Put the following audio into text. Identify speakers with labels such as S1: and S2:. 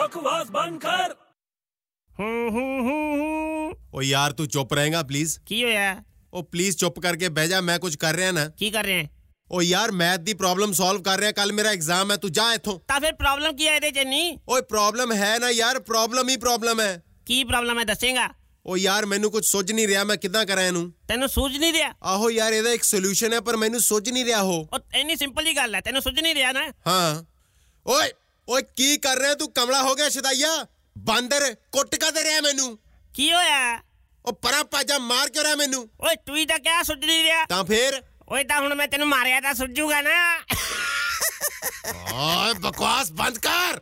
S1: बकवास बंद कर
S2: ਹੂੰ ਹੂੰ ਹੂੰ ਹੂੰ
S3: ਓ ਯਾਰ ਤੂੰ ਚੁੱਪ ਰਹੇਗਾ ਪਲੀਜ਼
S2: ਕੀ ਹੋਇਆ
S3: ਓ ਪਲੀਜ਼ ਚੁੱਪ ਕਰਕੇ ਬਹਿ ਜਾ ਮੈਂ ਕੁਝ ਕਰ ਰਿਹਾ ਨਾ
S2: ਕੀ ਕਰ ਰਹੇ ਹੈ
S3: ਓ ਯਾਰ ਮੈਥ ਦੀ ਪ੍ਰੋਬਲਮ ਸੋਲਵ ਕਰ ਰਿਹਾ ਕੱਲ ਮੇਰਾ ਐਗਜ਼ਾਮ ਹੈ ਤੂੰ ਜਾ ਇੱਥੋਂ
S2: ਤਾਂ ਫਿਰ ਪ੍ਰੋਬਲਮ ਕੀ ਹੈ ਇਹਦੇ ਚ ਨਹੀਂ
S3: ਓਏ ਪ੍ਰੋਬਲਮ ਹੈ ਨਾ ਯਾਰ ਪ੍ਰੋਬਲਮ ਹੀ ਪ੍ਰੋਬਲਮ ਹੈ
S2: ਕੀ ਪ੍ਰੋਬਲਮ ਹੈ ਦੱਸੇਗਾ
S3: ਓ ਯਾਰ ਮੈਨੂੰ ਕੁਝ ਸੁੱਝ ਨਹੀਂ ਰਿਹਾ ਮੈਂ ਕਿੱਦਾਂ ਕਰਾਂ ਇਹਨੂੰ
S2: ਤੈਨੂੰ ਸੂਝ ਨਹੀਂ ਰਿਹਾ
S3: ਆਹੋ ਯਾਰ ਇਹਦਾ ਇੱਕ ਸੋਲੂਸ਼ਨ ਹੈ ਪਰ ਮੈਨੂੰ ਸੁੱਝ ਨਹੀਂ ਰਿਹਾ ਉਹ
S2: ਉਹ ਇੰਨੀ ਸਿੰਪਲ ਜੀ ਗੱਲ ਹੈ ਤੈਨੂੰ ਸੂਝ ਨਹੀਂ ਰਿਹਾ ਨਾ
S3: ਹਾਂ ਓਏ ਓਏ ਕੀ ਕਰ ਰਿਹਾ ਤੂੰ ਕਮਲਾ ਹੋ ਗਿਆ ਸ਼ਦਾਈਆ ਬਾਂਦਰ ਕੁੱਟ ਕਦੇ ਰਿਹਾ ਮੈਨੂੰ
S2: ਕੀ ਹੋਇਆ
S3: ਓ ਪਰਾਂ ਪਾਜਾ ਮਾਰ ਕਿਉਂ ਰਿਹਾ ਮੈਨੂੰ
S2: ਓਏ ਤੂੰ ਹੀ ਤਾਂ ਕਿਹਾ ਸੂਝ ਨਹੀਂ ਰਿਹਾ
S3: ਤਾਂ ਫੇਰ
S2: ਓਏ ਤਾਂ ਹੁਣ ਮੈਂ ਤੈਨੂੰ ਮਾਰਿਆ ਤਾਂ ਸੂਝੂਗਾ ਨਾ
S3: ਓਏ ਬਕਵਾਸ ਬੰਦ ਕਰ